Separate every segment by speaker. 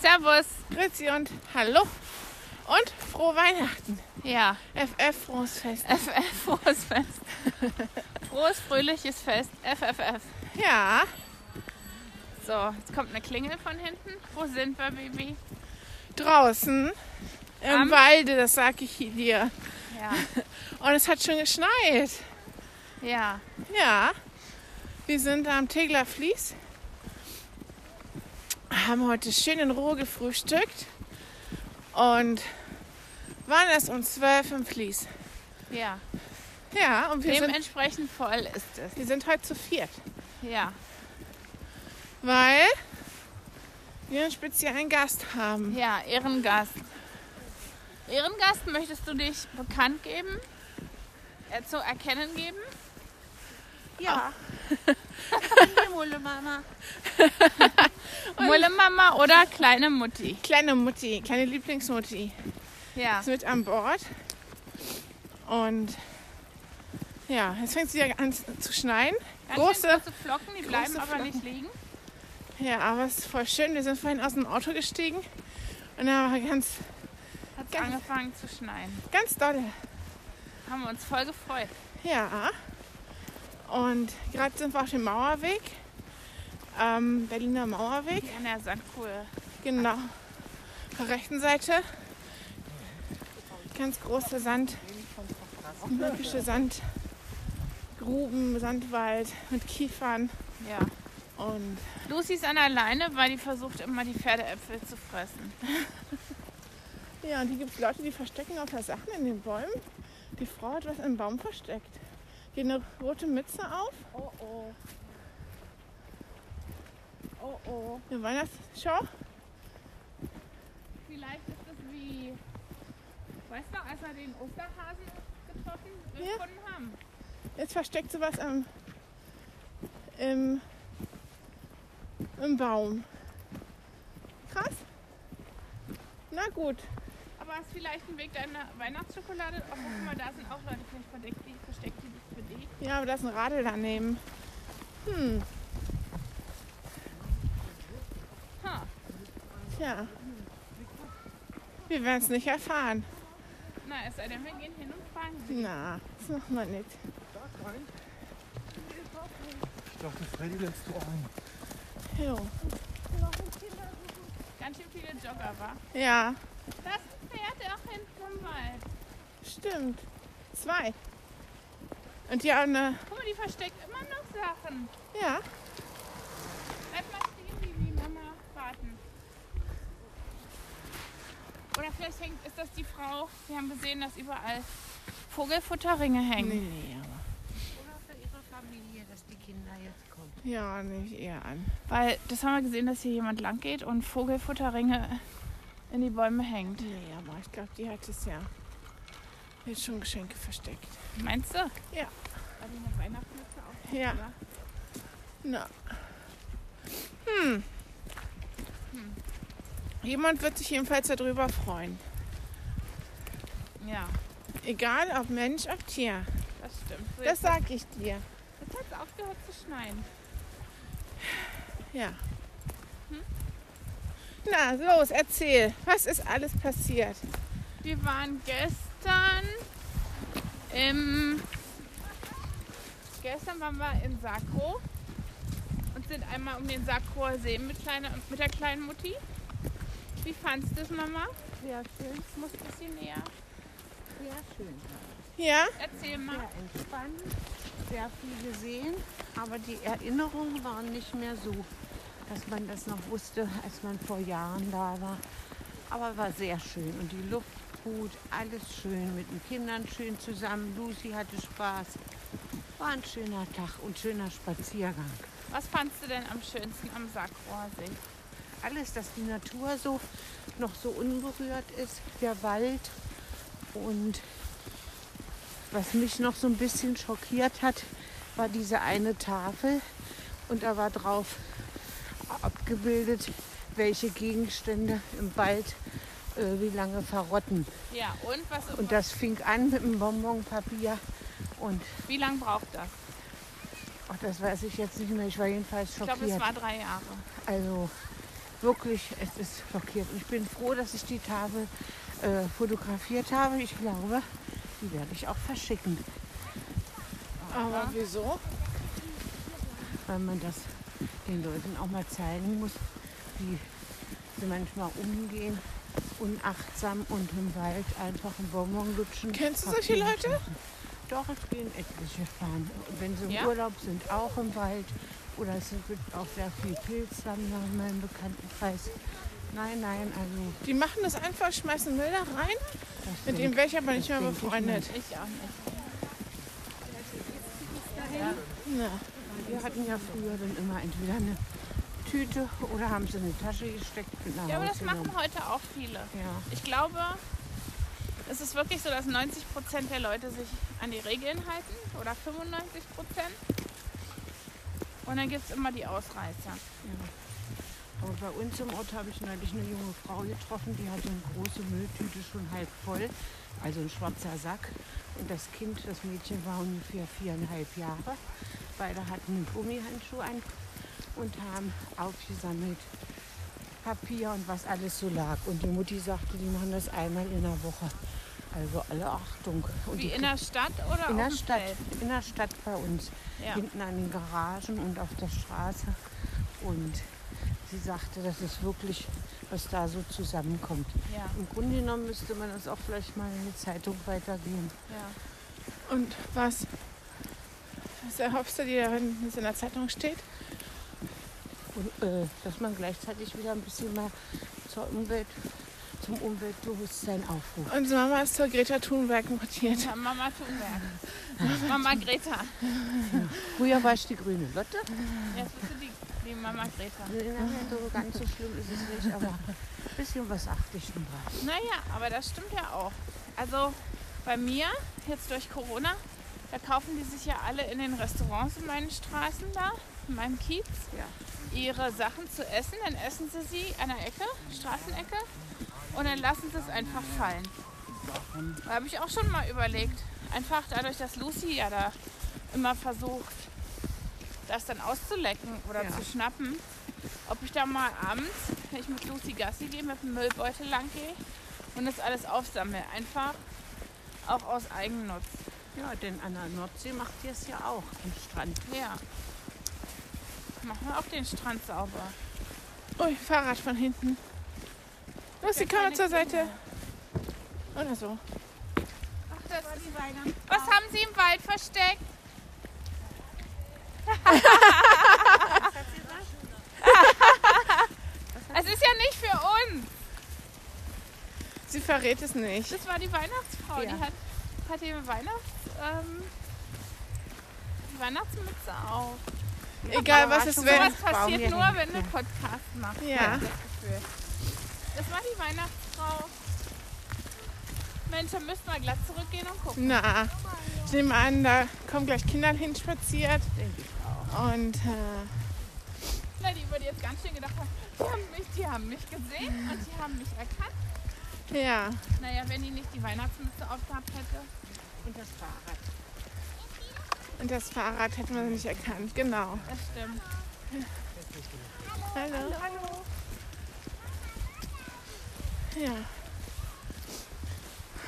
Speaker 1: Servus, Grüezi und Hallo und frohe Weihnachten.
Speaker 2: Ja,
Speaker 1: FF frohes Fest.
Speaker 2: FF, frohes Fest. Frohes, fröhliches Fest, FFF.
Speaker 1: Ja,
Speaker 2: So, jetzt kommt eine Klingel von hinten. Wo sind wir, Baby?
Speaker 1: draußen im
Speaker 2: Am-
Speaker 1: Walde, das sag ich dir.
Speaker 2: Ja,
Speaker 1: Und es hat schon geschneit.
Speaker 2: ja.
Speaker 1: Ja, wir sind am Tegler Fließ. Haben heute schön in Ruhe gefrühstückt und waren erst um 12 im Fließ.
Speaker 2: ja.
Speaker 1: Ja, und wir sind,
Speaker 2: Dementsprechend voll ist es.
Speaker 1: wir sind heute zu viert,
Speaker 2: Ja,
Speaker 1: weil wir einen speziellen Gast haben.
Speaker 2: ja, Ehrengast. Ehrengast, möchtest du dich bekannt geben? Äh, zu erkennen geben?
Speaker 3: Ja. Die Mulle Mama.
Speaker 2: Ah. Mulle Mama oder kleine Mutti?
Speaker 1: Kleine Mutti, kleine Lieblingsmutti
Speaker 2: Ja,
Speaker 1: ist mit an Bord. Und ja, jetzt fängt sie ja an zu schneien.
Speaker 2: Ganz
Speaker 1: große-
Speaker 2: schön große Flocken, die bleiben
Speaker 1: große
Speaker 2: aber
Speaker 1: Flocken.
Speaker 2: nicht liegen.
Speaker 1: Ja, aber es ist voll schön. Wir sind vorhin aus dem Auto gestiegen und da war ganz,
Speaker 2: Hat
Speaker 1: Ganz-
Speaker 2: angefangen zu schneien.
Speaker 1: ganz dolle.
Speaker 2: Haben wir uns voll gefreut.
Speaker 1: Ja. Und gerade sind wir auf dem Mauerweg, ähm, Berliner Mauerweg,
Speaker 2: Hier an der Sandkuhle.
Speaker 1: genau. Auf der rechten Seite ganz große Sand, mögliche Sandgruben, Sandwald mit Kiefern
Speaker 2: Ja.
Speaker 1: und
Speaker 2: Lucy ist an der Leine, weil die versucht immer die Pferdeäpfel zu fressen.
Speaker 1: Ja, und hier gibt es Leute, die verstecken auch da Sachen in den Bäumen. Die Frau hat was im Baum versteckt. Geht eine rote Mütze auf,
Speaker 3: Oh oh. Oh oh.
Speaker 1: eine Weihnachtsschau.
Speaker 2: Vielleicht ist es wie, weißt du, als wir den Osterhasen getroffen
Speaker 1: Ja.
Speaker 2: gefunden haben.
Speaker 1: Jetzt versteckt sie was im, im, im Baum. Krass. Na gut.
Speaker 2: Aber es ist vielleicht ein Weg deiner Weihnachtsschokolade. Oh, guck mal, da sind auch Leute, die sind verdeckt, die versteckt die sich für dich.
Speaker 1: Ja, aber da ist ein Radl daneben. Hm,
Speaker 2: Ha,
Speaker 1: tja. Wir werden es nicht erfahren.
Speaker 2: na, es sei denn, wir gehen hin und fragen sie.
Speaker 1: Na, das machen wir nicht.
Speaker 4: Ich dachte, Freddy lässt du ein.
Speaker 1: Jo.
Speaker 2: Ganz schön viele Jogger, wa?
Speaker 1: Ja,
Speaker 2: Das ist ein Pferd auch hinten im Wald.
Speaker 1: stimmt. Zwei. Und die haben eine
Speaker 2: Guck mal, die versteckt immer noch Sachen.
Speaker 1: Ja,
Speaker 2: Bleib mal stehen, Bibi, Mama, warten. Oder vielleicht hängt, ist das die Frau, wir haben gesehen, dass überall Vogelfutterringe hängen.
Speaker 1: nee, nee, aber.
Speaker 3: Oder für ihre Familie, dass die Kinder jetzt kommen.
Speaker 1: Ja, nicht eher an.
Speaker 2: Weil das haben wir gesehen, dass hier jemand lang geht und Vogelfutterringe in die Bäume hängt.
Speaker 1: Nee, aber ich glaube, die hat es ja jetzt schon Geschenke versteckt.
Speaker 2: Meinst du?
Speaker 1: Ja.
Speaker 2: Weil die eine Weihnachtsmütze auf
Speaker 1: Ja.
Speaker 2: Ja.
Speaker 1: Na. Hm. Jemand wird sich jedenfalls darüber freuen.
Speaker 2: Ja,
Speaker 1: Egal ob Mensch, ob Tier.
Speaker 2: das stimmt. So,
Speaker 1: Das
Speaker 2: jetzt
Speaker 1: sag ich dir.
Speaker 2: jetzt hat es aufgehört zu schneien.
Speaker 1: Ja.
Speaker 2: Hm?
Speaker 1: Na, los, erzähl. Was ist alles passiert?
Speaker 2: Wir waren gestern im. Gestern waren wir in Sakro und sind einmal um den Sakroer See mit, kleiner, mit der kleinen Mutti. Wie fandst du das, Mama?
Speaker 3: Sehr schön.
Speaker 2: Ich muss ein bisschen näher.
Speaker 3: Sehr schön.
Speaker 1: Ja?
Speaker 2: Erzähl mal.
Speaker 3: Sehr entspannt. Sehr viel gesehen. Aber die Erinnerungen waren nicht mehr so, dass man das noch wusste, als man vor Jahren da war. Aber war sehr schön. Und die Luft gut, alles schön. Mit den Kindern schön zusammen. Lucy hatte Spaß. War ein schöner Tag und schöner Spaziergang.
Speaker 2: Was fandst du denn am schönsten am Sakroer See?
Speaker 3: alles, dass die Natur so noch so unberührt ist, der Wald. Und was mich noch so ein bisschen schockiert hat, war diese eine Tafel und da war drauf abgebildet, welche Gegenstände im Wald äh, wie lange verrotten.
Speaker 2: Ja, und was
Speaker 3: Und das fing an mit dem Bonbonpapier und
Speaker 2: wie lange braucht das?
Speaker 3: ach, das weiß ich jetzt nicht mehr. Ich war jedenfalls
Speaker 2: Ich
Speaker 3: schockiert.
Speaker 2: glaube, es war drei Jahre.
Speaker 3: Also wirklich, es ist verkehrt. Ich bin froh, dass ich die Tafel äh, fotografiert habe. Ich glaube, die werde ich auch verschicken,
Speaker 1: Aber wieso?
Speaker 3: weil man das den Leuten auch mal zeigen muss, wie sie manchmal umgehen, unachtsam und im Wald einfach einen Bonbon lutschen.
Speaker 1: Kennst du solche Leute?
Speaker 3: Doch, es gehen etliche fahren. Und Wenn sie im
Speaker 2: Ja?
Speaker 3: Urlaub sind, auch im Wald. Oder es gibt auch sehr viel Pilzsammler in meinem Bekanntenkreis. Nein, nein, also
Speaker 1: Die machen das einfach, schmeißen Bilder rein.
Speaker 3: das
Speaker 1: Mit
Speaker 3: sind-
Speaker 1: denen wäre ich aber nicht mehr
Speaker 3: denk ich
Speaker 1: befreundet.
Speaker 2: Ich auch nicht.
Speaker 1: Na,
Speaker 3: Wir hatten ja früher dann immer entweder eine Tüte oder haben sie in eine Tasche gesteckt und nach
Speaker 2: Ja, aber
Speaker 3: Hause
Speaker 2: das machen
Speaker 3: genommen.
Speaker 2: heute auch viele.
Speaker 3: Ja,
Speaker 2: Ich glaube, es ist wirklich so, dass 90 Prozent der Leute sich an die Regeln halten oder 95 Prozent. Und dann gibt es immer die Ausreißer.
Speaker 3: aber bei uns im Ort habe ich neulich eine junge Frau getroffen, die hatte eine große Mülltüte schon halb voll, also ein schwarzer Sack. Und das Kind, das Mädchen war ungefähr viereinhalb Jahre. Beide hatten Gummihandschuhe an und haben aufgesammelt Papier und was alles so lag. Und die Mutti sagte, die machen das einmal in der Woche. Also alle Achtung. Und
Speaker 2: Wie
Speaker 3: die
Speaker 2: in der Stadt oder
Speaker 3: In
Speaker 2: auf
Speaker 3: der
Speaker 2: dem
Speaker 3: Stadt,
Speaker 2: Feld?
Speaker 3: in der Stadt bei uns.
Speaker 2: Ja.
Speaker 3: Hinten an den Garagen und auf der Straße. Und sie sagte, das ist wirklich, was da so zusammenkommt.
Speaker 2: Ja,
Speaker 3: Im Grunde genommen müsste man das auch vielleicht mal in die Zeitung weitergeben.
Speaker 2: ja.
Speaker 1: und was? Was erhoffst du dir, wenn es in der Zeitung steht?
Speaker 3: Und äh, dass man gleichzeitig wieder ein bisschen mal zur Umwelt, zum Umweltbewusstsein aufruft.
Speaker 1: Unsere Mama ist zur Greta Thunberg mutiert.
Speaker 2: ja Mama Thunberg. Mama Greta.
Speaker 3: Früher war ich die grüne Lotte.
Speaker 2: Jetzt bist du die, die Mama Greta.
Speaker 3: Also in der Welt so ganz so schlimm ist es nicht, aber ein bisschen was achte ich schon drauf.
Speaker 2: Naja, aber das stimmt ja auch. Also bei mir, jetzt durch Corona, da kaufen die sich ja alle in den Restaurants in meinen Straßen da, in meinem Kiez,
Speaker 3: Ja.
Speaker 2: ihre Sachen zu essen. Dann essen sie sie an der Ecke, Straßenecke, und dann lassen sie es einfach fallen. Da habe ich auch schon mal überlegt. Einfach dadurch, dass Lucy ja da immer versucht, das dann auszulecken oder
Speaker 3: Ja.
Speaker 2: zu schnappen, ob ich da mal abends, wenn ich mit Lucy Gassi gehe, mit dem Müllbeutel lang gehe und das alles aufsammle. Einfach auch aus Eigennutz.
Speaker 3: Ja, denn an der Nordsee macht ihr es ja auch am Strand.
Speaker 2: Ja. Machen wir auch den Strand sauber.
Speaker 1: Ui, Fahrrad von hinten. Los, die
Speaker 2: Ja,
Speaker 1: Kamera
Speaker 2: keine
Speaker 1: zur Seite.
Speaker 2: Kinder.
Speaker 1: Oder so.
Speaker 2: Ach, das ist Was haben Sie im Wald versteckt? Es ist ja nicht für uns.
Speaker 1: Sie verrät es nicht.
Speaker 2: Das war die Weihnachtsfrau.
Speaker 3: Ja.
Speaker 2: Die hat, hat die Weihnachts, ähm, die Weihnachtsmütze auf.
Speaker 1: Egal was es
Speaker 3: Überraschung,
Speaker 1: wird.
Speaker 2: Sowas
Speaker 3: Baum
Speaker 2: passiert
Speaker 3: hier
Speaker 2: nur,
Speaker 3: hin.
Speaker 2: wenn du
Speaker 3: Ja.
Speaker 2: Podcast machst.
Speaker 1: Ja.
Speaker 2: hab ich Das, Gefühl. das war die Weihnachtsfrau. Mensch, da müssen wir glatt zurückgehen und gucken.
Speaker 1: Na, ich nehme an, da kommen gleich Kinder hinspaziert. Und äh,
Speaker 2: Na, die über die jetzt ganz schön gedacht haben, die haben mich, die haben mich gesehen und die haben mich erkannt.
Speaker 1: äh, ja,
Speaker 2: Naja, wenn die nicht die Weihnachtsmütze aufgehabt hätte.
Speaker 3: Und das Fahrrad.
Speaker 1: und das Fahrrad hätte man nicht erkannt. Genau.
Speaker 2: Das stimmt.
Speaker 1: Hallo.
Speaker 2: Hallo.
Speaker 1: Ja.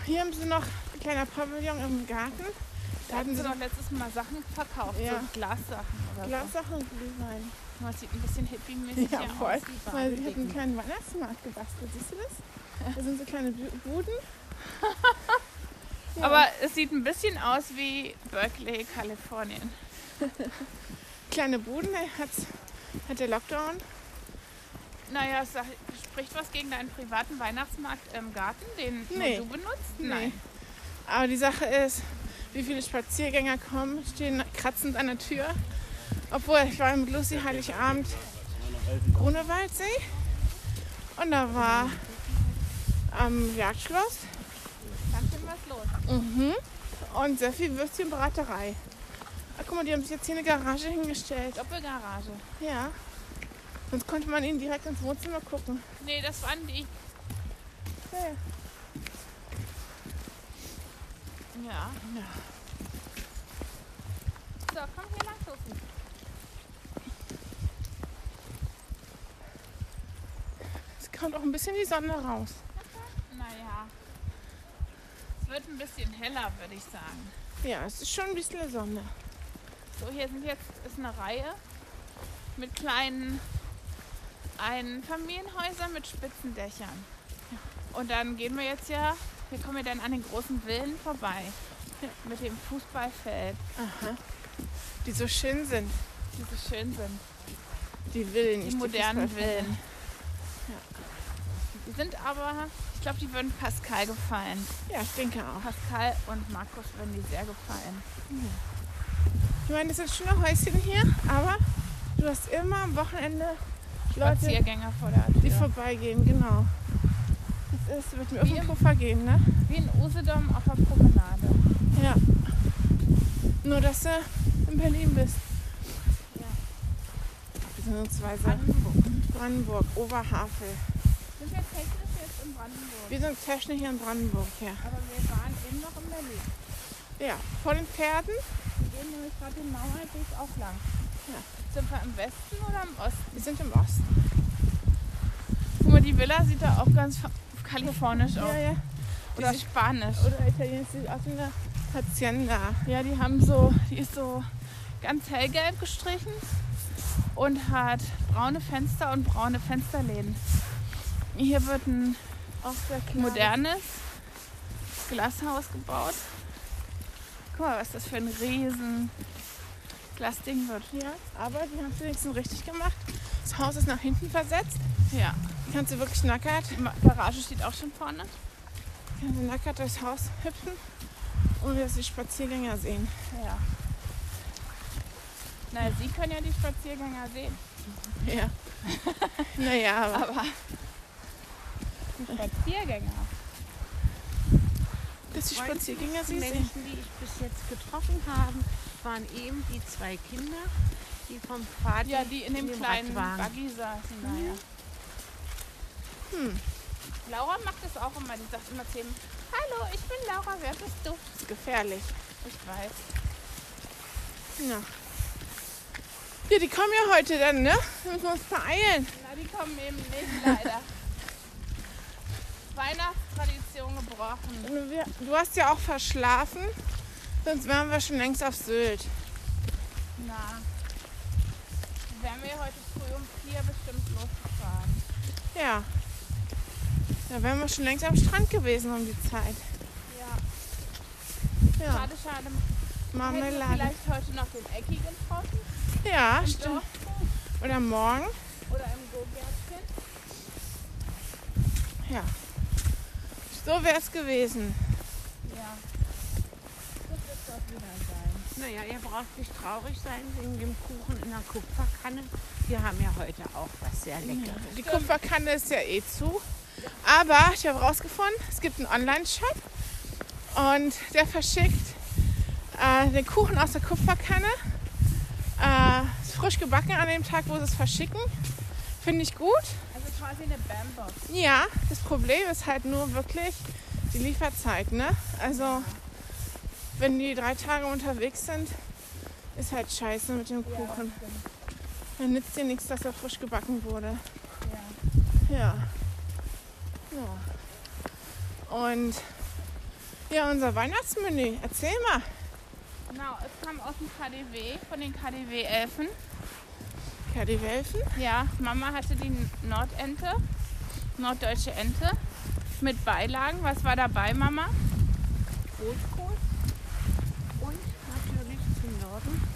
Speaker 1: Hier haben sie noch ein kleiner Pavillon im Garten.
Speaker 2: Da hatten sie doch letztes Mal Sachen verkauft,
Speaker 1: Ja.
Speaker 2: so Glassachen oder
Speaker 1: Glassachen und Glühwein.
Speaker 2: so. Man sieht ein bisschen hippie-mäßig
Speaker 1: Ja,
Speaker 2: hier
Speaker 1: voll.
Speaker 2: aus. wie
Speaker 1: Weil
Speaker 2: Barbie.
Speaker 1: sie hatten einen kleinen Weihnachtsmarkt gebastelt. Siehst du das? Da sind so kleine Bu- Buden. Ja.
Speaker 2: Aber es sieht ein bisschen aus wie Berkeley, Kalifornien.
Speaker 1: kleine Buden hat, hat der Lockdown.
Speaker 2: Naja, sag, spricht was gegen deinen privaten Weihnachtsmarkt im Garten, den nur
Speaker 1: Nee.
Speaker 2: du benutzt?
Speaker 1: Nee. Aber die Sache ist, wie viele Spaziergänger kommen, stehen kratzend an der Tür. Obwohl, ich war mit Lucy Heiligabend Grunewaldsee und da war am Jagdschloss
Speaker 2: Dann sind was los.
Speaker 1: mhm. und sehr viel Würstchenbraterei. Ah, guck mal, die haben sich jetzt hier eine Garage hingestellt.
Speaker 2: Doppelgarage.
Speaker 1: Ja. Sonst konnte man ihnen direkt ins Wohnzimmer gucken.
Speaker 2: Nee, das waren die.
Speaker 1: Ja, ja.
Speaker 2: Ja. So, komm hier lang, Sophie.
Speaker 1: kommt auch ein bisschen die Sonne raus.
Speaker 2: Naja. Es wird ein bisschen heller, würde ich sagen.
Speaker 1: Ja, es ist schon ein bisschen Sonne.
Speaker 2: So, hier sind jetzt ist eine Reihe mit kleinen Einfamilienhäusern mit spitzen Dächern. Und dann gehen wir jetzt ja, wir kommen ja dann an den großen Villen vorbei. Mit dem Fußballfeld,
Speaker 1: Die so schön sind,
Speaker 2: die so schön sind.
Speaker 1: die Villen.
Speaker 2: Die
Speaker 1: nicht
Speaker 2: modernen
Speaker 1: Fußballfelder.
Speaker 2: Villen. Die sind aber, ich glaube, die würden Pascal gefallen.
Speaker 1: Ja, ich denke auch.
Speaker 2: Pascal und Markus würden die sehr gefallen.
Speaker 1: Ich meine, das sind schöne Häuschen hier, aber du hast immer am Wochenende Leute,
Speaker 2: Spaziergänger vor der Tür.
Speaker 1: die vorbeigehen, genau. Das ist mit mir auf
Speaker 2: Wie
Speaker 1: den
Speaker 2: im-
Speaker 1: Puffer gehen, ne?
Speaker 2: Wie in Usedom auf der Promenade.
Speaker 1: Ja. Nur, dass du in Berlin bist.
Speaker 2: Ja.
Speaker 1: Beziehungsweise
Speaker 2: Brandenburg.
Speaker 1: Brandenburg, Oberhavel.
Speaker 2: Sind wir technisch jetzt in Brandenburg?
Speaker 1: Wir sind technisch hier in Brandenburg, ja.
Speaker 2: Aber wir waren eben noch in Berlin.
Speaker 1: Ja, vor den Pferden.
Speaker 2: Wir gehen nämlich gerade den Mauerweg auch lang.
Speaker 1: Ja.
Speaker 2: Sind wir im Westen oder im Osten?
Speaker 1: Wir sind im Osten.
Speaker 2: Guck mal, die Villa sieht da auch ganz fa- kalifornisch aus.
Speaker 1: ja.
Speaker 2: Oder
Speaker 1: Die-
Speaker 2: spanisch.
Speaker 1: Oder italienisch sieht aus wie eine Hacienda.
Speaker 2: Ja, die haben so, die ist so ganz hellgelb gestrichen und hat braune Fenster und braune Fensterläden. Hier wird ein
Speaker 1: Auch sehr klar.
Speaker 2: modernes Glashaus gebaut. Guck mal, was das für ein riesen Glasding wird.
Speaker 1: Ja, aber die haben es wenigstens richtig gemacht. Das Haus ist nach hinten versetzt.
Speaker 2: Ja,
Speaker 1: Kannst du wirklich nackert,
Speaker 2: die Ma- Garage steht auch schon vorne.
Speaker 1: kannst du nackert durchs Haus hüpfen, ohne dass die Spaziergänger sehen.
Speaker 2: Ja. Na, Sie können ja die Spaziergänger sehen.
Speaker 1: Ja. naja, aber
Speaker 2: Aber die Spaziergänger.
Speaker 1: dass die Spaziergänger
Speaker 3: Die
Speaker 1: sie sehen.
Speaker 3: Menschen, die ich bis jetzt getroffen habe, waren eben die zwei Kinder, die vom Vater
Speaker 2: Ja, die in dem
Speaker 3: dem
Speaker 2: kleinen
Speaker 3: Radwagen.
Speaker 2: Buggy saßen. Naja.
Speaker 1: Hm.
Speaker 2: Laura macht das auch immer. Die sagt immer zu jedem, Hallo, ich bin Laura, wer bist du?
Speaker 1: Das ist gefährlich.
Speaker 2: Ich weiß.
Speaker 1: Ja. Genau. ja, die kommen ja heute dann, ne? Wir müssen uns beeilen.
Speaker 2: Na, die kommen eben nicht, leider. Weihnachtstradition gebrochen.
Speaker 1: Und wir- Du hast ja auch verschlafen, sonst wären wir schon längst auf Sylt.
Speaker 2: Na. dann Wären wir heute früh um vier bestimmt losgefahren.
Speaker 1: Ja. Da wären wir schon längst am Strand gewesen um die Zeit.
Speaker 2: Ja.
Speaker 1: Ja,
Speaker 2: Schade, schade. Hätten wir
Speaker 1: Marmelade.
Speaker 2: vielleicht heute noch den Ecki getroffen.
Speaker 1: Ja,
Speaker 2: im
Speaker 1: stimmt.
Speaker 2: Dorfbuch
Speaker 1: Oder morgen.
Speaker 2: Oder im Go-Gärtchen.
Speaker 1: So wäre es gewesen.
Speaker 2: Ja. Das wird doch wieder sein.
Speaker 3: Naja, ihr braucht nicht traurig sein wegen dem Kuchen in der Kupferkanne. Wir haben ja heute auch was
Speaker 2: Mhm.
Speaker 3: sehr Leckeres.
Speaker 1: Die Kupferkanne ist ja eh zu. Aber ich habe rausgefunden, es gibt einen Online-Shop und der verschickt äh, den Kuchen aus der Kupferkanne. Äh, ist frisch gebacken an dem Tag, wo sie es verschicken. Finde ich gut.
Speaker 2: Also quasi eine Bambox.
Speaker 1: Ja, das Problem ist halt nur wirklich die Lieferzeit. Ne? Also, wenn die drei Tage unterwegs sind, ist halt scheiße mit dem
Speaker 2: Ja,
Speaker 1: Kuchen.
Speaker 2: stimmt.
Speaker 1: Dann nützt dir nichts, dass er frisch gebacken wurde.
Speaker 2: Ja.
Speaker 1: Ja. ja. Und ja, unser Weihnachtsmenü. Erzähl mal.
Speaker 2: Genau, es kam aus dem KDW, von den KDW-Elfen.
Speaker 1: Kadi Welfen?
Speaker 2: Ja, Mama hatte die Nordente, norddeutsche Ente, mit Beilagen. Was war dabei, Mama?
Speaker 3: Rotkohl und natürlich zum Norden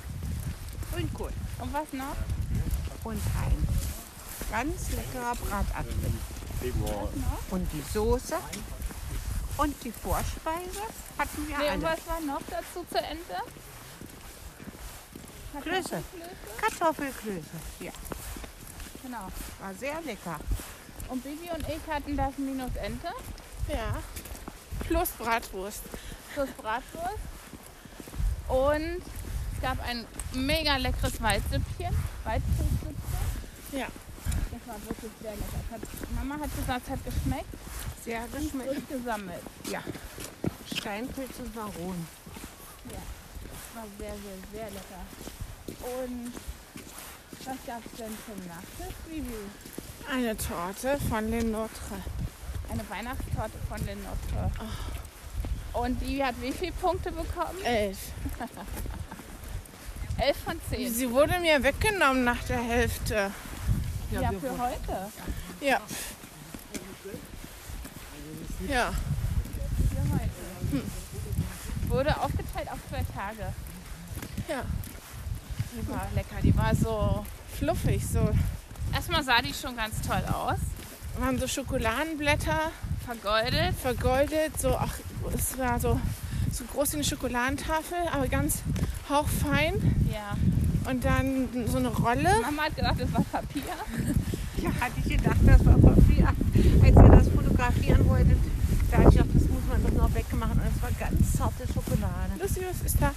Speaker 3: Grünkohl.
Speaker 2: Und was noch?
Speaker 3: Und ein ganz leckerer Bratapfel. Und die Soße und die Vorspeise hatten wir
Speaker 2: nee, und
Speaker 3: alle.
Speaker 2: was war noch dazu zur Ente?
Speaker 3: Klöße.
Speaker 2: Kartoffelklöße?
Speaker 3: Kartoffelklöße. Ja,
Speaker 2: Genau.
Speaker 3: war sehr lecker.
Speaker 2: Und Bibi und ich hatten das Minus Ente
Speaker 1: Ja. Plus Bratwurst.
Speaker 2: plus Bratwurst. Und es gab ein mega leckeres Waldsüppchen. Waldfußsüppchen.
Speaker 1: Ja.
Speaker 2: Das war wirklich sehr lecker. Das Hat, Mama hat gesagt, es hat geschmeckt.
Speaker 3: Sehr geschmeckt.
Speaker 2: Und gesammelt.
Speaker 3: Steinpilz und Maronen.
Speaker 2: War sehr, sehr, sehr lecker. Und was gab es denn zum Nachtisch, Bibi?
Speaker 1: Eine Torte von Lenotre.
Speaker 2: Eine Weihnachtstorte von den Notre. Und die hat wie viele Punkte bekommen?
Speaker 1: Elf.
Speaker 2: Elf von zehn.
Speaker 1: Sie wurde mir weggenommen nach der Hälfte.
Speaker 2: Ja, für heute.
Speaker 1: Ja. Ja.
Speaker 2: Hm. Wurde aufgeteilt auf zwei Tage.
Speaker 1: Ja.
Speaker 2: Die war lecker, die war so.
Speaker 1: Fluffig so.
Speaker 2: Erstmal sah die schon ganz toll aus.
Speaker 1: Waren so Schokoladenblätter
Speaker 2: Vergoldet.
Speaker 1: vergoldet, so ach, es war so, so groß wie eine Schokoladentafel, aber ganz hauchfein.
Speaker 2: Ja.
Speaker 1: Und dann so eine Rolle.
Speaker 2: Mama hat gedacht, das war Papier.
Speaker 3: Ja, hatte ich gedacht, das war Papier. Als ihr das fotografieren wolltet, da hatte ich gedacht, das muss man doch noch weggemacht. Und es war ganz zarte Schokolade.
Speaker 1: Lucy, was ist da?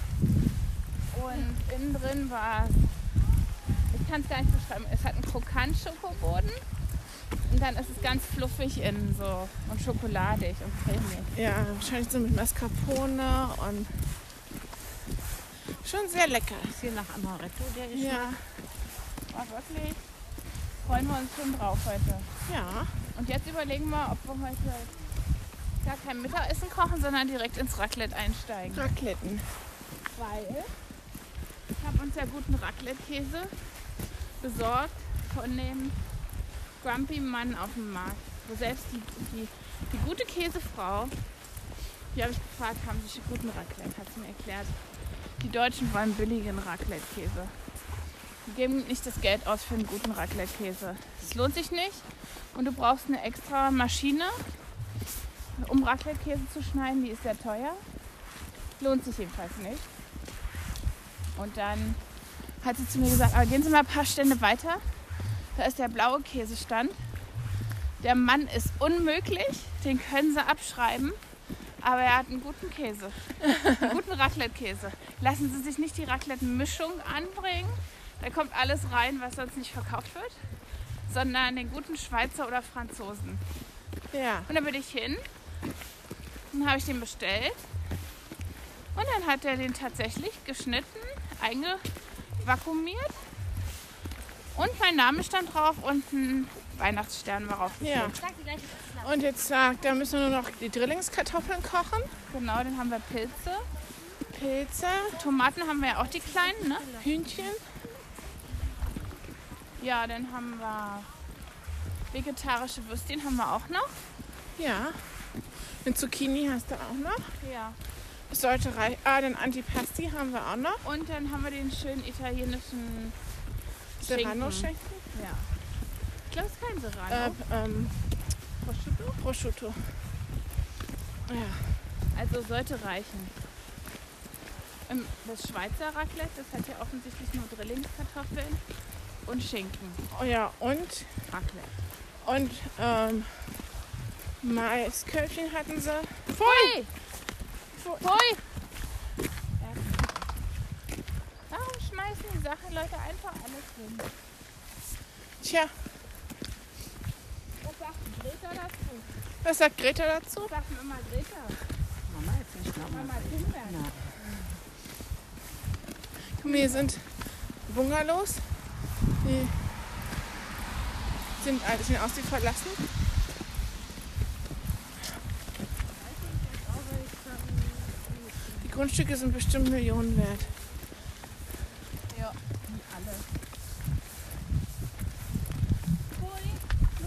Speaker 2: Und innen drin war, ich kann es gar nicht beschreiben, es hat einen krokanten Schokoboden. Und dann ist es ganz fluffig innen so und schokoladig und cremig.
Speaker 1: Ja, wahrscheinlich so mit Mascarpone und schon sehr lecker.
Speaker 3: Ist hier nach Amaretto der Geschmack?
Speaker 1: Ja,
Speaker 2: War Oh, wirklich, freuen wir uns schon drauf heute.
Speaker 1: ja.
Speaker 2: Und jetzt überlegen wir, ob wir heute gar kein Mittagessen kochen, sondern direkt ins Raclette einsteigen.
Speaker 1: Racletten.
Speaker 2: Weil ich habe uns ja guten Raclette-Käse besorgt von dem Grumpy Mann auf dem Markt. Wo selbst die, die, die gute Käsefrau, die habe ich gefragt, haben sie schon guten Raclette, hat sie mir erklärt. Die Deutschen wollen billigen Raclette-Käse. Die geben nicht das Geld aus für einen guten Raclette-Käse. Das lohnt sich nicht. Und du brauchst eine extra Maschine, um Raclette-Käse zu schneiden. Die ist sehr teuer. Lohnt sich jedenfalls nicht. Und dann hat sie zu mir gesagt, aber gehen Sie mal ein paar Stände weiter. Da ist der blaue Käsestand. Der Mann ist unmöglich, den können Sie abschreiben. Aber er hat einen guten Käse, einen guten Raclette-Käse. Lassen Sie sich nicht die Raclette-Mischung anbringen. Da kommt alles rein, was sonst nicht verkauft wird. Sondern den guten Schweizer oder Franzosen.
Speaker 1: Ja.
Speaker 2: Und dann bin ich hin. Dann habe ich den bestellt. Und dann hat er den tatsächlich geschnitten, eingevakuumiert. Und mein Name stand drauf und ein Weihnachtsstern war drauf.
Speaker 1: Ja. Und jetzt sagt, da müssen wir nur noch die Drillingskartoffeln kochen.
Speaker 2: Genau, dann haben wir Pilze.
Speaker 1: Pilze,
Speaker 2: Tomaten haben wir ja auch die kleinen, ne?
Speaker 1: Hühnchen.
Speaker 2: Ja, dann haben wir vegetarische Würstchen haben wir auch noch.
Speaker 1: Ja. Eine Zucchini hast du auch noch.
Speaker 2: Ja.
Speaker 1: Es sollte reichen. Ah, den Antipasti haben wir auch noch.
Speaker 2: Und dann haben wir den schönen italienischen Schinken.
Speaker 1: Serrano-Schinken.
Speaker 2: Ja. Ich glaube, es ist kein
Speaker 1: Äh,
Speaker 2: Serrano.
Speaker 1: ähm,
Speaker 2: Genau. Prosciutto?
Speaker 1: Prosciutto. Ja.
Speaker 2: Also sollte reichen. Ähm, Das Schweizer Raclette, das hat ja offensichtlich nur Drillingskartoffeln und Schinken.
Speaker 1: Oh ja, und,
Speaker 2: Raclette.
Speaker 1: und ähm, Maiskörbchen hatten sie.
Speaker 2: Pfui!
Speaker 1: Pfui.
Speaker 2: Pfui! Ja. Warum schmeißen die Sachen Leute einfach alles hin?
Speaker 1: Tja,
Speaker 2: Was sagt Greta dazu?
Speaker 1: was sagt Greta dazu?
Speaker 2: Was sagt mir immer Greta?
Speaker 3: Mama, jetzt nicht Mama.
Speaker 2: Mama Thunberg.
Speaker 1: Wir sind Bungalows. Die sind alles in Aussicht verlassen. Die Grundstücke sind bestimmt Millionen wert.
Speaker 2: Ja, wie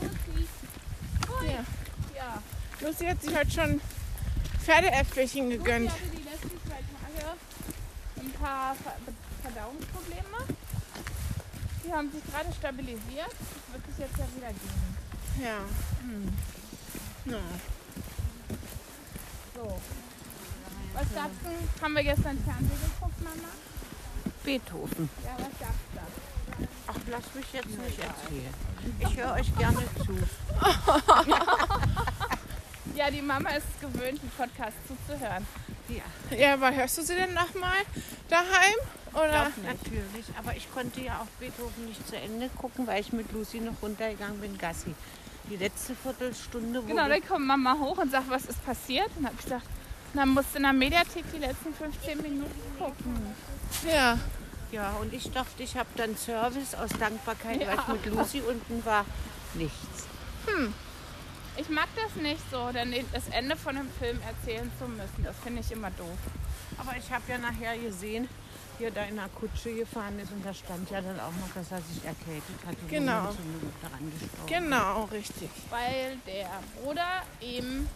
Speaker 2: alle. Pfui! Lucy! Pfui!
Speaker 1: Ja.
Speaker 2: ja.
Speaker 1: Lucy hat sich heute schon Pferdeäpfelchen gegönnt.
Speaker 2: Ich hatte die letzten zwei Tage ein paar Ver Verdauungsprobleme. Die haben sich gerade stabilisiert. Das wird sich jetzt ja wieder geben.
Speaker 1: Ja. Na,
Speaker 2: So. Was gab's denn? Haben wir gestern Fernsehen geguckt, Mama?
Speaker 3: Beethoven.
Speaker 2: Ja, was gab's da?
Speaker 3: Ach, lasst mich jetzt nicht erzählen. Ich höre euch gerne zu.
Speaker 2: Ja, die Mama ist es gewöhnt, einen Podcast zuzuhören.
Speaker 3: Ja,
Speaker 1: Ja, aber hörst du sie denn nochmal daheim? Oder?
Speaker 3: natürlich. Aber ich konnte ja auch Beethoven nicht zu Ende gucken, weil ich mit Lucy noch runtergegangen bin, Gassi. Die letzte Viertelstunde wurde
Speaker 2: Genau, dann kommt Mama hoch und sagt, was ist passiert? Und hab ich gesagt, na, musst du in der Mediathek die letzten 15 Minuten gucken.
Speaker 1: Ja.
Speaker 3: Ja, und ich dachte, ich habe dann Service aus Dankbarkeit, weil
Speaker 2: Ja.
Speaker 3: ich mit Lucy unten war. nichts.
Speaker 2: Ich mag das nicht so, dann das Ende von einem Film erzählen zu müssen. Das finde ich immer doof.
Speaker 3: Aber ich habe ja nachher gesehen, hier da in einer Kutsche gefahren ist und da stand ja dann auch noch, dass er sich erkältet hat. und
Speaker 1: Genau.
Speaker 3: so daran gestorben.
Speaker 1: Genau, richtig.
Speaker 2: Weil der Bruder ihm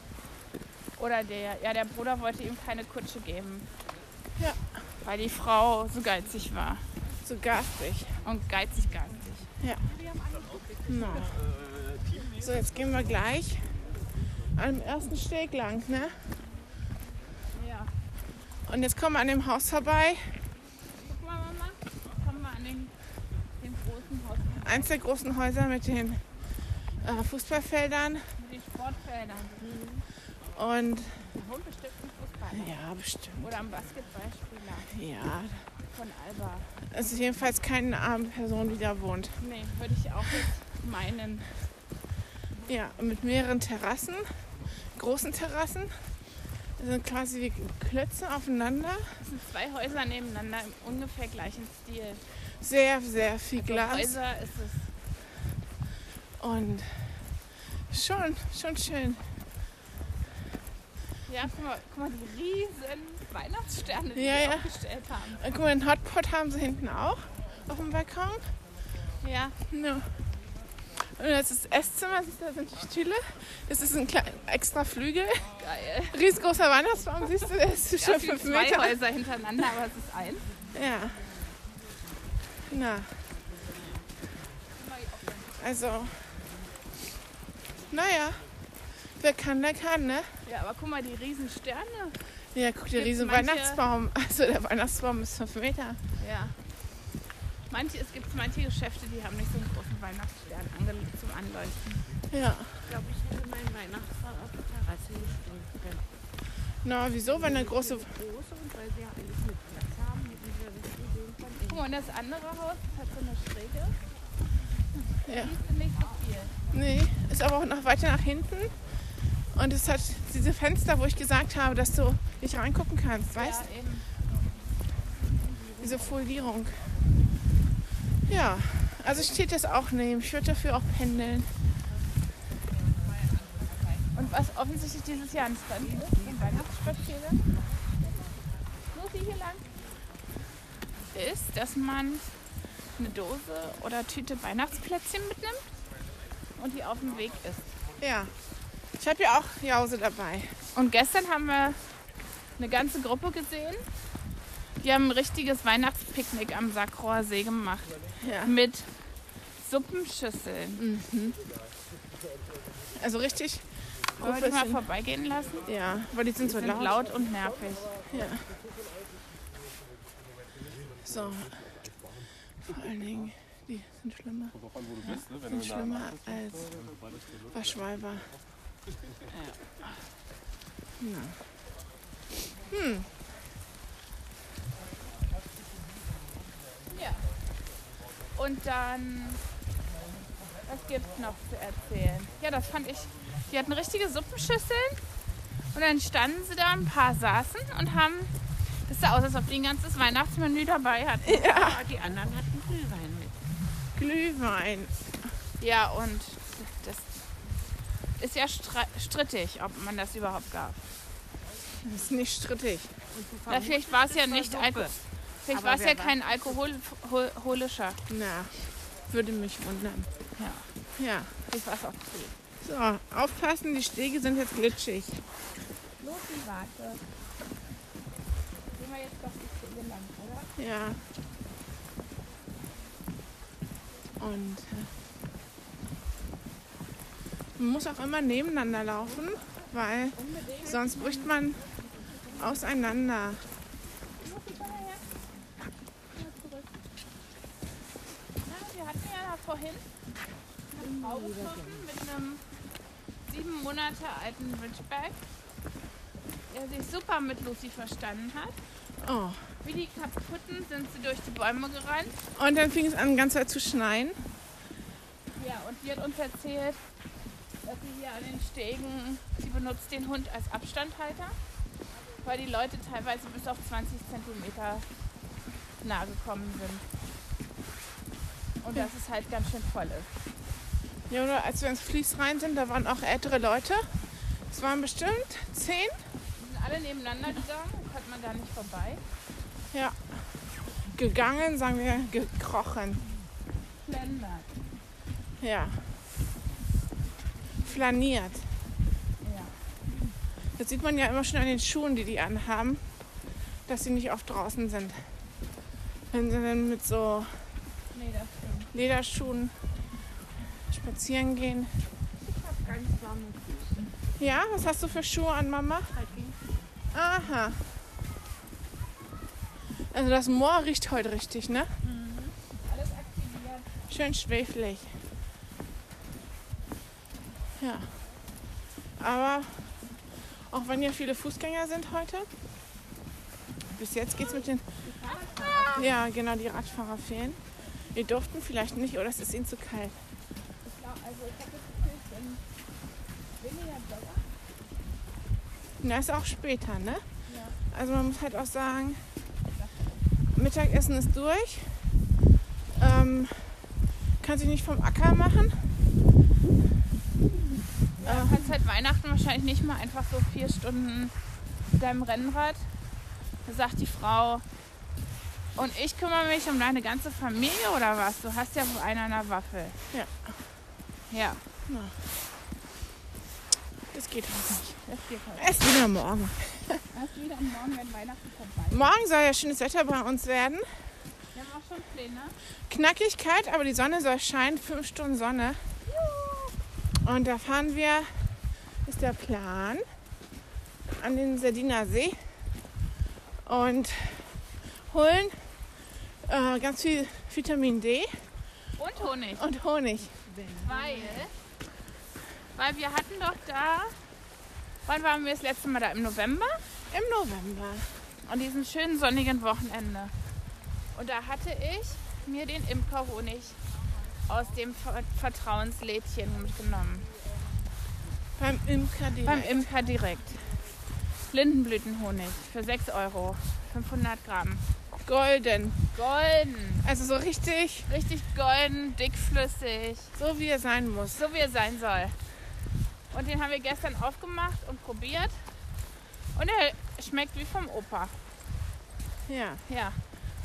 Speaker 2: oder der, ja, der Bruder wollte ihm keine Kutsche geben.
Speaker 1: Ja.
Speaker 2: Weil die Frau so geizig war.
Speaker 1: So garstig.
Speaker 2: Und geizig, geizig.
Speaker 1: No. So, jetzt gehen wir gleich am ersten Steg lang, ne?
Speaker 2: Ja.
Speaker 1: Und jetzt kommen wir an dem Haus vorbei.
Speaker 2: Guck mal, Mama. Kommen wir an den, dem großen Haus
Speaker 1: Eins der großen Häuser mit den äh, Fußballfeldern.
Speaker 2: mit den Sportfeldern.
Speaker 1: Und
Speaker 2: Wir holen bestimmt einen Fußball.
Speaker 1: ja, bestimmt.
Speaker 2: Oder einen Basketballspieler
Speaker 1: Ja.
Speaker 2: von Alba.
Speaker 1: Es ist jedenfalls keine arme Person, die da wohnt.
Speaker 2: Nee, würde ich auch nicht meinen.
Speaker 1: Ja, mit mehreren Terrassen, großen Terrassen. Das sind quasi wie Klötze aufeinander.
Speaker 2: Es sind zwei Häuser nebeneinander im ungefähr gleichen Stil.
Speaker 1: Sehr, sehr viel
Speaker 2: Für
Speaker 1: Glas.
Speaker 2: Häuser ist es
Speaker 1: Und schon, schon schön.
Speaker 2: Ja, guck mal, guck mal die riesen Weihnachtssterne, die
Speaker 1: Ja,
Speaker 2: wir
Speaker 1: ja.
Speaker 2: aufgestellt haben.
Speaker 1: Und Äh, guck mal, einen Hotpot haben sie hinten auch auf dem Balkon.
Speaker 2: Ja,
Speaker 1: Ja. Und das ist das Esszimmer, siehst du, da sind die Stühle. Das ist ein kleiner, extra Flügel.
Speaker 2: geil.
Speaker 1: Riesengroßer Weihnachtsbaum, siehst du, der ist
Speaker 2: Ja,
Speaker 1: schon
Speaker 2: es sind
Speaker 1: fünf
Speaker 2: zwei
Speaker 1: Meter.
Speaker 2: Häuser hintereinander, aber es ist ein.
Speaker 1: Ja. Na. Also. Naja. Wer kann, der kann, ne?
Speaker 2: Ja, aber guck mal, die riesen Sterne.
Speaker 1: Ja, guck dir
Speaker 2: Gibt's
Speaker 1: riesen
Speaker 2: manche-
Speaker 1: Weihnachtsbaum. Also der Weihnachtsbaum ist fünf Meter.
Speaker 2: Ja. Manche, es gibt manche Geschäfte, die haben nicht so einen großen Weihnachtsstern angelegt zum Anleuchten.
Speaker 1: Ja.
Speaker 3: Ich glaube, ich hätte meinen Weihnachtsbaum auf der Terrasse gestanden.
Speaker 1: Na, wieso, wenn eine große.
Speaker 3: Große und weil sie ja alles mit Platz haben, mit dieser Richtlinie von innen.
Speaker 2: Guck mal, und das andere Haus das hat so eine Schräge.
Speaker 1: Ja.
Speaker 2: Siehst du nicht so viel.
Speaker 1: Nee, ist aber auch noch weiter nach hinten. Und es hat diese Fenster, wo ich gesagt habe, dass du nicht reingucken kannst, weißt
Speaker 2: Ja, eben.
Speaker 1: Diese Folierung. Ja, also steht das auch neben. Ich würde dafür auch pendeln.
Speaker 2: Und was offensichtlich dieses Jahr ein Trend ist, sind Weihnachtsspaziergänge. Lucy hier lang. Ist, dass man eine Dose oder Tüte Weihnachtsplätzchen mitnimmt und die auf dem Weg isst.
Speaker 1: Ja. Ich habe ja auch Jause dabei.
Speaker 2: Und gestern haben wir eine ganze Gruppe gesehen. Die haben ein richtiges Weihnachtspicknick am Sackrohr See gemacht.
Speaker 1: Ja.
Speaker 2: Mit
Speaker 1: Hm.
Speaker 2: Suppenschüsseln.
Speaker 1: Also richtig.
Speaker 2: Wollen wir die mal
Speaker 1: profession-
Speaker 2: vorbeigehen lassen?
Speaker 1: Ja, weil die sind so
Speaker 2: Die
Speaker 1: laut.
Speaker 2: sind laut und nervig.
Speaker 1: Ja. So. Vor allen Dingen, die sind schlimmer. Sind schlimmer als Waschweiber. Ja. Hm.
Speaker 2: Ja. Und dann, was gibt's noch zu erzählen? Ja, das fand ich. Die hatten richtige Suppenschüsseln und dann standen sie da, ein paar saßen und haben. Das sah aus, als ob die ein ganzes Weihnachtsmenü dabei hatten.
Speaker 3: Aber die anderen hatten Glühwein mit.
Speaker 1: Glühwein.
Speaker 2: Ja, und das ist ja stra- strittig, ob man das überhaupt gab.
Speaker 1: Das ist nicht strittig.
Speaker 3: Und du
Speaker 2: Na, vielleicht war es ja nicht Alko vielleicht
Speaker 3: Aber
Speaker 2: war es
Speaker 3: wer
Speaker 2: ja
Speaker 3: weiß.
Speaker 2: kein alkoholischer.
Speaker 1: Na, würde mich wundern.
Speaker 2: Ja.
Speaker 1: Ja.
Speaker 2: Vielleicht war es auch Tee.
Speaker 1: So, aufpassen, die Stege sind jetzt glitschig.
Speaker 2: Loki, warte. Gehen wir jetzt doch die Stelle lang, oder?
Speaker 1: Ja. Und äh, man muss auch immer nebeneinander laufen, weil sonst bricht man auseinander.
Speaker 2: Loki, komm mal her. Komm mal zurück. Na, wir hatten ja da vorhin eine Frau getroffen mit einem sieben Monate alten Ridgeback, der sich super mit Lucy verstanden hat.
Speaker 1: Oh.
Speaker 2: Wie die kaputten sind sie durch die Bäume gerannt.
Speaker 1: Und dann fing es an, ganz weit zu schneien.
Speaker 2: Ja, und die hat uns erzählt, dass sie hier an den Stegen, sie benutzt den Hund als Abstandhalter, weil die Leute teilweise bis auf 20 Zentimeter nahe gekommen sind. Und dass es halt ganz schön voll ist.
Speaker 1: Ja, oder als wir ins Fließ rein sind, da waren auch ältere Leute. Es waren bestimmt zehn.
Speaker 2: Die sind alle nebeneinander gegangen, kommt man gar nicht vorbei.
Speaker 1: Ja. Gegangen, sagen wir, gekrochen.
Speaker 2: Länder.
Speaker 1: Ja. Flaniert.
Speaker 2: Ja.
Speaker 1: Das sieht man ja immer schon an den Schuhen, die die anhaben, dass sie nicht oft draußen sind. Wenn sie dann mit so
Speaker 2: Nee, das stimmt.
Speaker 1: Lederschuhen spazieren gehen. Ich hab ganz warme Füße. Ja, was hast du für Schuhe an, Mama? Aha. Also das Moor riecht heute richtig, ne?
Speaker 2: Alles aktiviert.
Speaker 1: Schön schwefelig. Ja. Aber auch wenn ja viele Fußgänger sind heute, bis jetzt geht's mit den. Ja, genau, die Radfahrer fehlen. Wir durften vielleicht nicht, oder es ist ihnen zu kalt.
Speaker 2: Ja, also ich habe das Gefühl, es sind weniger Blogger.
Speaker 1: Na, ist auch später, ne? Also man muss halt auch sagen, Mittagessen ist durch. Ähm, kann sich nicht vom Acker machen.
Speaker 2: Du kannst halt Weihnachten wahrscheinlich nicht mal einfach so vier Stunden mit deinem Rennrad. Da sagt die Frau, und ich kümmere mich um deine ganze Familie oder was? Du hast ja wohl einen an der Waffel.
Speaker 1: Ja.
Speaker 2: Ja,
Speaker 1: Das geht halt nicht.
Speaker 2: das geht halt.
Speaker 1: Erst wieder morgen.
Speaker 2: Hast du wieder am Morgen, wenn Weihnachten vorbei
Speaker 1: Morgen soll ja schönes Wetter bei uns werden.
Speaker 2: ist? Wir haben auch schon Pläne.
Speaker 1: Knackigkeit, aber die Sonne soll scheinen. Fünf Stunden Sonne. Und da fahren wir, ist der Plan, an den Sardiner See und holen äh, ganz viel Vitamin D
Speaker 2: Und Honig.
Speaker 1: und Honig.
Speaker 2: Weil, weil wir hatten doch da, wann waren wir das letzte Mal da? Im November?
Speaker 1: Im November.
Speaker 2: An diesem schönen sonnigen Wochenende. Und da hatte ich mir den Imkerhonig aus dem Ver- Vertrauenslädchen mitgenommen.
Speaker 1: Beim Imker D.
Speaker 2: Beim Imker direkt. Lindenblütenhonig für 6 Euro. 500 Gramm.
Speaker 1: Golden.
Speaker 2: Golden.
Speaker 1: Also so richtig,
Speaker 2: Richtig golden, dickflüssig.
Speaker 1: so wie er sein muss.
Speaker 2: So wie er sein soll. Und den haben wir gestern aufgemacht und probiert. Und er schmeckt wie vom Opa.
Speaker 1: Ja.
Speaker 2: Ja.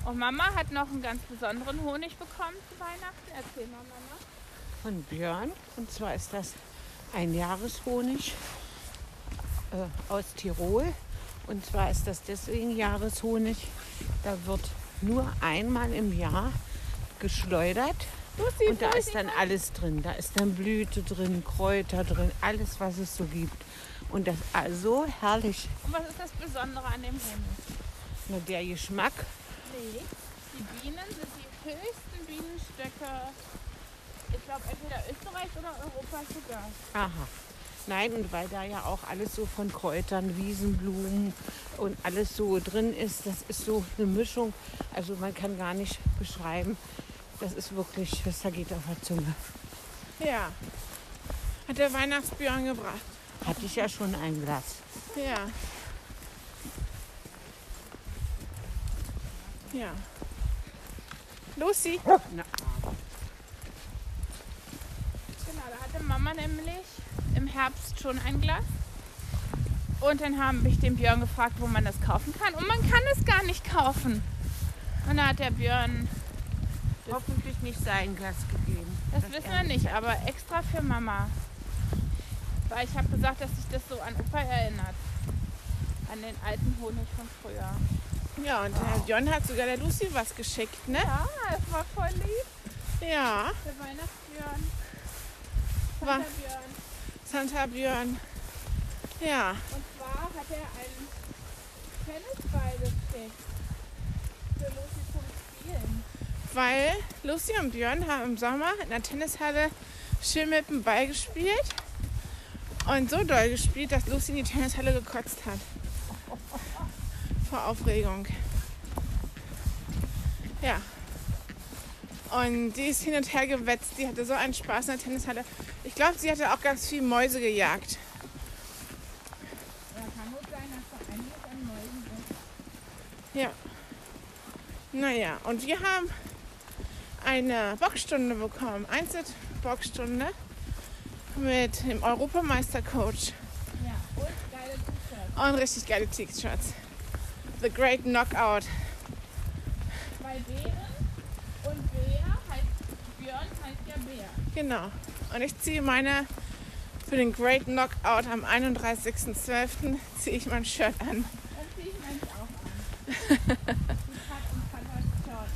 Speaker 2: Und Mama hat noch einen ganz besonderen Honig bekommen zu Weihnachten. Erzähl mal, Mama.
Speaker 3: von Björn. Und zwar ist das ein Jahreshonig äh, aus Tirol. Und zwar ist das deswegen Jahreshonig. Da wird nur einmal im Jahr geschleudert. und da ist dann alles drin. Da ist dann Blüte drin, Kräuter drin, alles, was es so gibt. Und das ah, so herrlich,
Speaker 2: Und was ist das Besondere an dem Honig?
Speaker 3: Na, der Geschmack.
Speaker 2: Die Bienen sind die höchsten Bienenstöcke. Ich glaube, entweder Österreich oder Europa sogar.
Speaker 3: Aha. Nein, und weil da ja auch alles so von Kräutern, Wiesenblumen und alles so drin ist, das ist so eine Mischung. Also man kann gar nicht beschreiben. Das ist wirklich, das geht auf der Zunge.
Speaker 1: Ja. Hat der Weihnachtsbjörn gebracht.
Speaker 3: Hatte ich ja schon ein Glas.
Speaker 1: Ja. Ja. Lucy.
Speaker 2: Genau, da hatte Mama nämlich im Herbst schon ein Glas. Und dann habe ich den Björn gefragt, wo man das kaufen kann. Und man kann es gar nicht kaufen. Und da hat der Björn,
Speaker 3: Hoffentlich nicht sein Glas gegeben.
Speaker 2: das wissen wir nicht, aber extra für Mama. Weil ich habe gesagt, dass sich das so an Opa erinnert. An den alten Honig von früher.
Speaker 1: Ja, und Herr Björn hat sogar der Lucy was geschickt, ne?
Speaker 2: Ja, das war voll lieb.
Speaker 1: Ja.
Speaker 2: Der Weihnachtsbjörn.
Speaker 1: War
Speaker 2: Björn.
Speaker 1: Santa Björn. Ja.
Speaker 2: Und zwar hat er einen Tennisball geschickt. Für Lucy zum Spielen.
Speaker 1: weil Lucy und Björn haben im Sommer in der Tennishalle schön mit dem Ball gespielt und so doll gespielt, dass Lucy in die Tennishalle gekotzt hat. Vor Aufregung. Ja. Und die ist hin und her gewetzt. Die hatte so einen Spaß in der Tennishalle. Ich glaube, sie hatte auch ganz viel Mäuse gejagt.
Speaker 2: Ja, kann gut sein, dass da einiges an Mäusen sind.
Speaker 1: Naja, und wir haben eine Boxstunde bekommen. Einzel-Boxstunde mit dem Europameister-Coach.
Speaker 2: Ja, und geile T-Shirts.
Speaker 1: Und richtig geile T-Shirts. The Great Knockout.
Speaker 2: Bei Bären und Bär heißt Björn heißt ja Bär.
Speaker 1: Genau. Und ich ziehe meine für den Great Knockout am 31.12. ziehe ich mein Shirt an.
Speaker 2: Das ziehe ich meins auch an. Die Kat und Katas Shorts.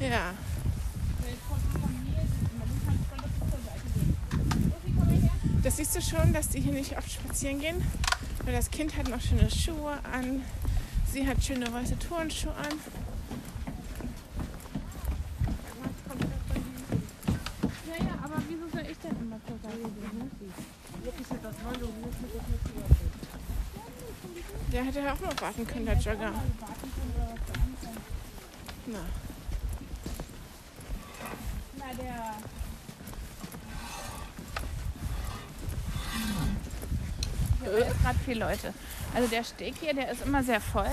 Speaker 1: Ja.
Speaker 2: Weil Fotos von mir sind immer, du kannst von der Seite gehen. Lucy, komm mal her.
Speaker 1: Das siehst du schon, dass die hier nicht oft spazieren gehen. Weil das Kind hat noch schöne Schuhe an. Sie hat schöne weiße Turnschuhe an.
Speaker 2: Ja, ja, aber wieso soll ich denn immer zur Seite gehen?
Speaker 1: Der hätte ja auch mal warten können, der Jogger. Na,
Speaker 2: Na, der. Hier sind gerade viele Leute. Also der Steg hier, der ist immer sehr voll,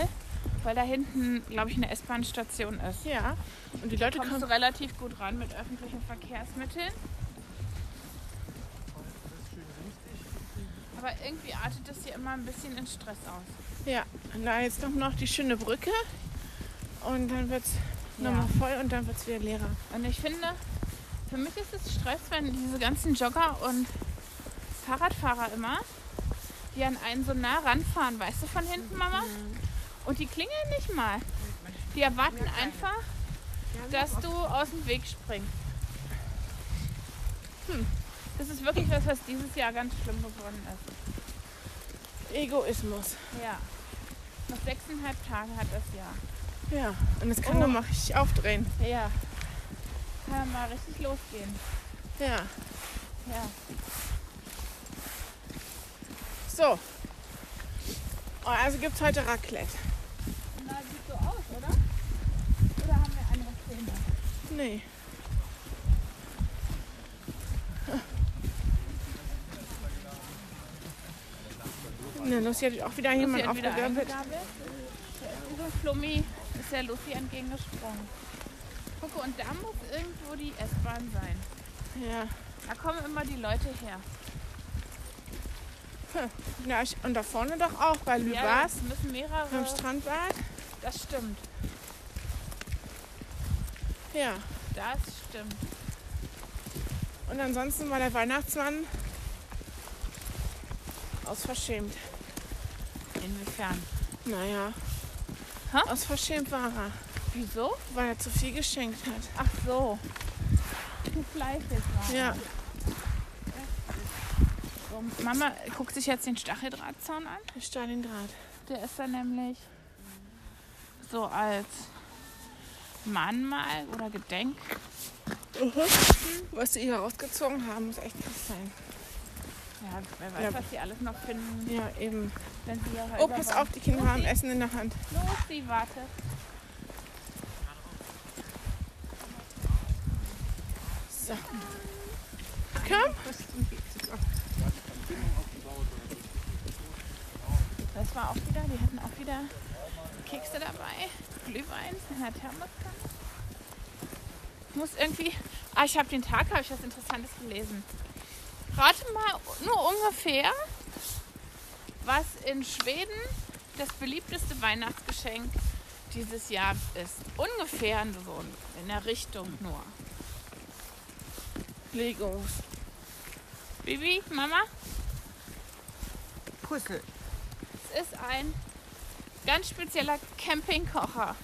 Speaker 2: weil da hinten, glaube ich, eine S-Bahn-Station ist.
Speaker 1: ja. Und die Leute
Speaker 2: kommst du
Speaker 1: kommen.
Speaker 2: relativ gut ran mit öffentlichen Verkehrsmitteln. Aber irgendwie artet das hier immer ein bisschen in Stress aus.
Speaker 1: Ja, und da jetzt kommt noch die schöne Brücke. Und dann wird es
Speaker 2: Ja.
Speaker 1: nochmal voll und dann wird es wieder leerer.
Speaker 2: Und ich finde, für mich ist es Stress, wenn diese ganzen Jogger und Fahrradfahrer immer, die an einen so nah ranfahren, weißt du, von hinten, Mama? Und die klingeln nicht mal. Die erwarten einfach, dass du aus dem Weg springst. Hm. Das ist wirklich was, was dieses Jahr ganz schlimm geworden ist.
Speaker 1: Egoismus.
Speaker 2: Ja. Noch sechseinhalb Tage hat das Jahr.
Speaker 1: Ja. Und das kann
Speaker 2: Oh.
Speaker 1: doch mal richtig aufdrehen.
Speaker 2: Ja. Kann ja mal richtig losgehen.
Speaker 1: Ja.
Speaker 2: Ja.
Speaker 1: So. Oh, also gibt es heute Raclette.
Speaker 2: Na, sieht so aus, oder? Oder haben wir andere Pläne?
Speaker 1: Nee. Ne, Lucy hat auch wieder jemand
Speaker 2: Lucy hat wieder
Speaker 1: aufgegabelt.
Speaker 2: eingegabelt. Der ist Uwe Flummi ist der Lucy entgegengesprungen. Gucke, und da muss irgendwo die S-Bahn sein.
Speaker 1: Ja.
Speaker 2: Da kommen immer die Leute her.
Speaker 1: ja, ich- und da vorne doch auch, bei
Speaker 2: Ja,
Speaker 1: Lübars,
Speaker 2: es müssen mehrere.
Speaker 1: beim Strandbad.
Speaker 2: Das stimmt.
Speaker 1: Ja.
Speaker 2: Das stimmt.
Speaker 1: Und ansonsten war der Weihnachtsmann aus Verschämt.
Speaker 2: Inwiefern?
Speaker 1: Naja.
Speaker 2: Hä?
Speaker 1: Aus Verschämt war er,
Speaker 2: Wieso?
Speaker 1: weil er zu viel geschenkt hat.
Speaker 2: Ach so. Zu fleißig war.
Speaker 1: Ja.
Speaker 2: So, Mama guckt sich jetzt den Stacheldrahtzaun an.
Speaker 1: Stalingrad.
Speaker 2: Der ist dann nämlich so als Mahnmal oder Gedenk.
Speaker 1: Was sie hier rausgezogen haben, muss echt krass sein.
Speaker 2: Ja, wer weiß,
Speaker 1: Ja.
Speaker 2: was die alles noch finden,
Speaker 1: Ja, eben.
Speaker 2: wenn sie hier
Speaker 1: Oh, pass auf, die Kinder haben Essen in der Hand.
Speaker 2: Los, sie wartet.
Speaker 1: So. Komm.
Speaker 2: Das war auch wieder, die hatten auch wieder Kekse dabei, Glühwein in der Thermoskanne. Ich muss irgendwie, ah, ich habe den Tag, habe ich was Interessantes gelesen. Rate mal nur ungefähr, was in Schweden das beliebteste Weihnachtsgeschenk dieses Jahr ist. Ungefähr so in der Richtung nur.
Speaker 1: Legos.
Speaker 2: Bibi, Mama,
Speaker 3: Puzzle.
Speaker 2: es ist ein ganz spezieller Campingkocher.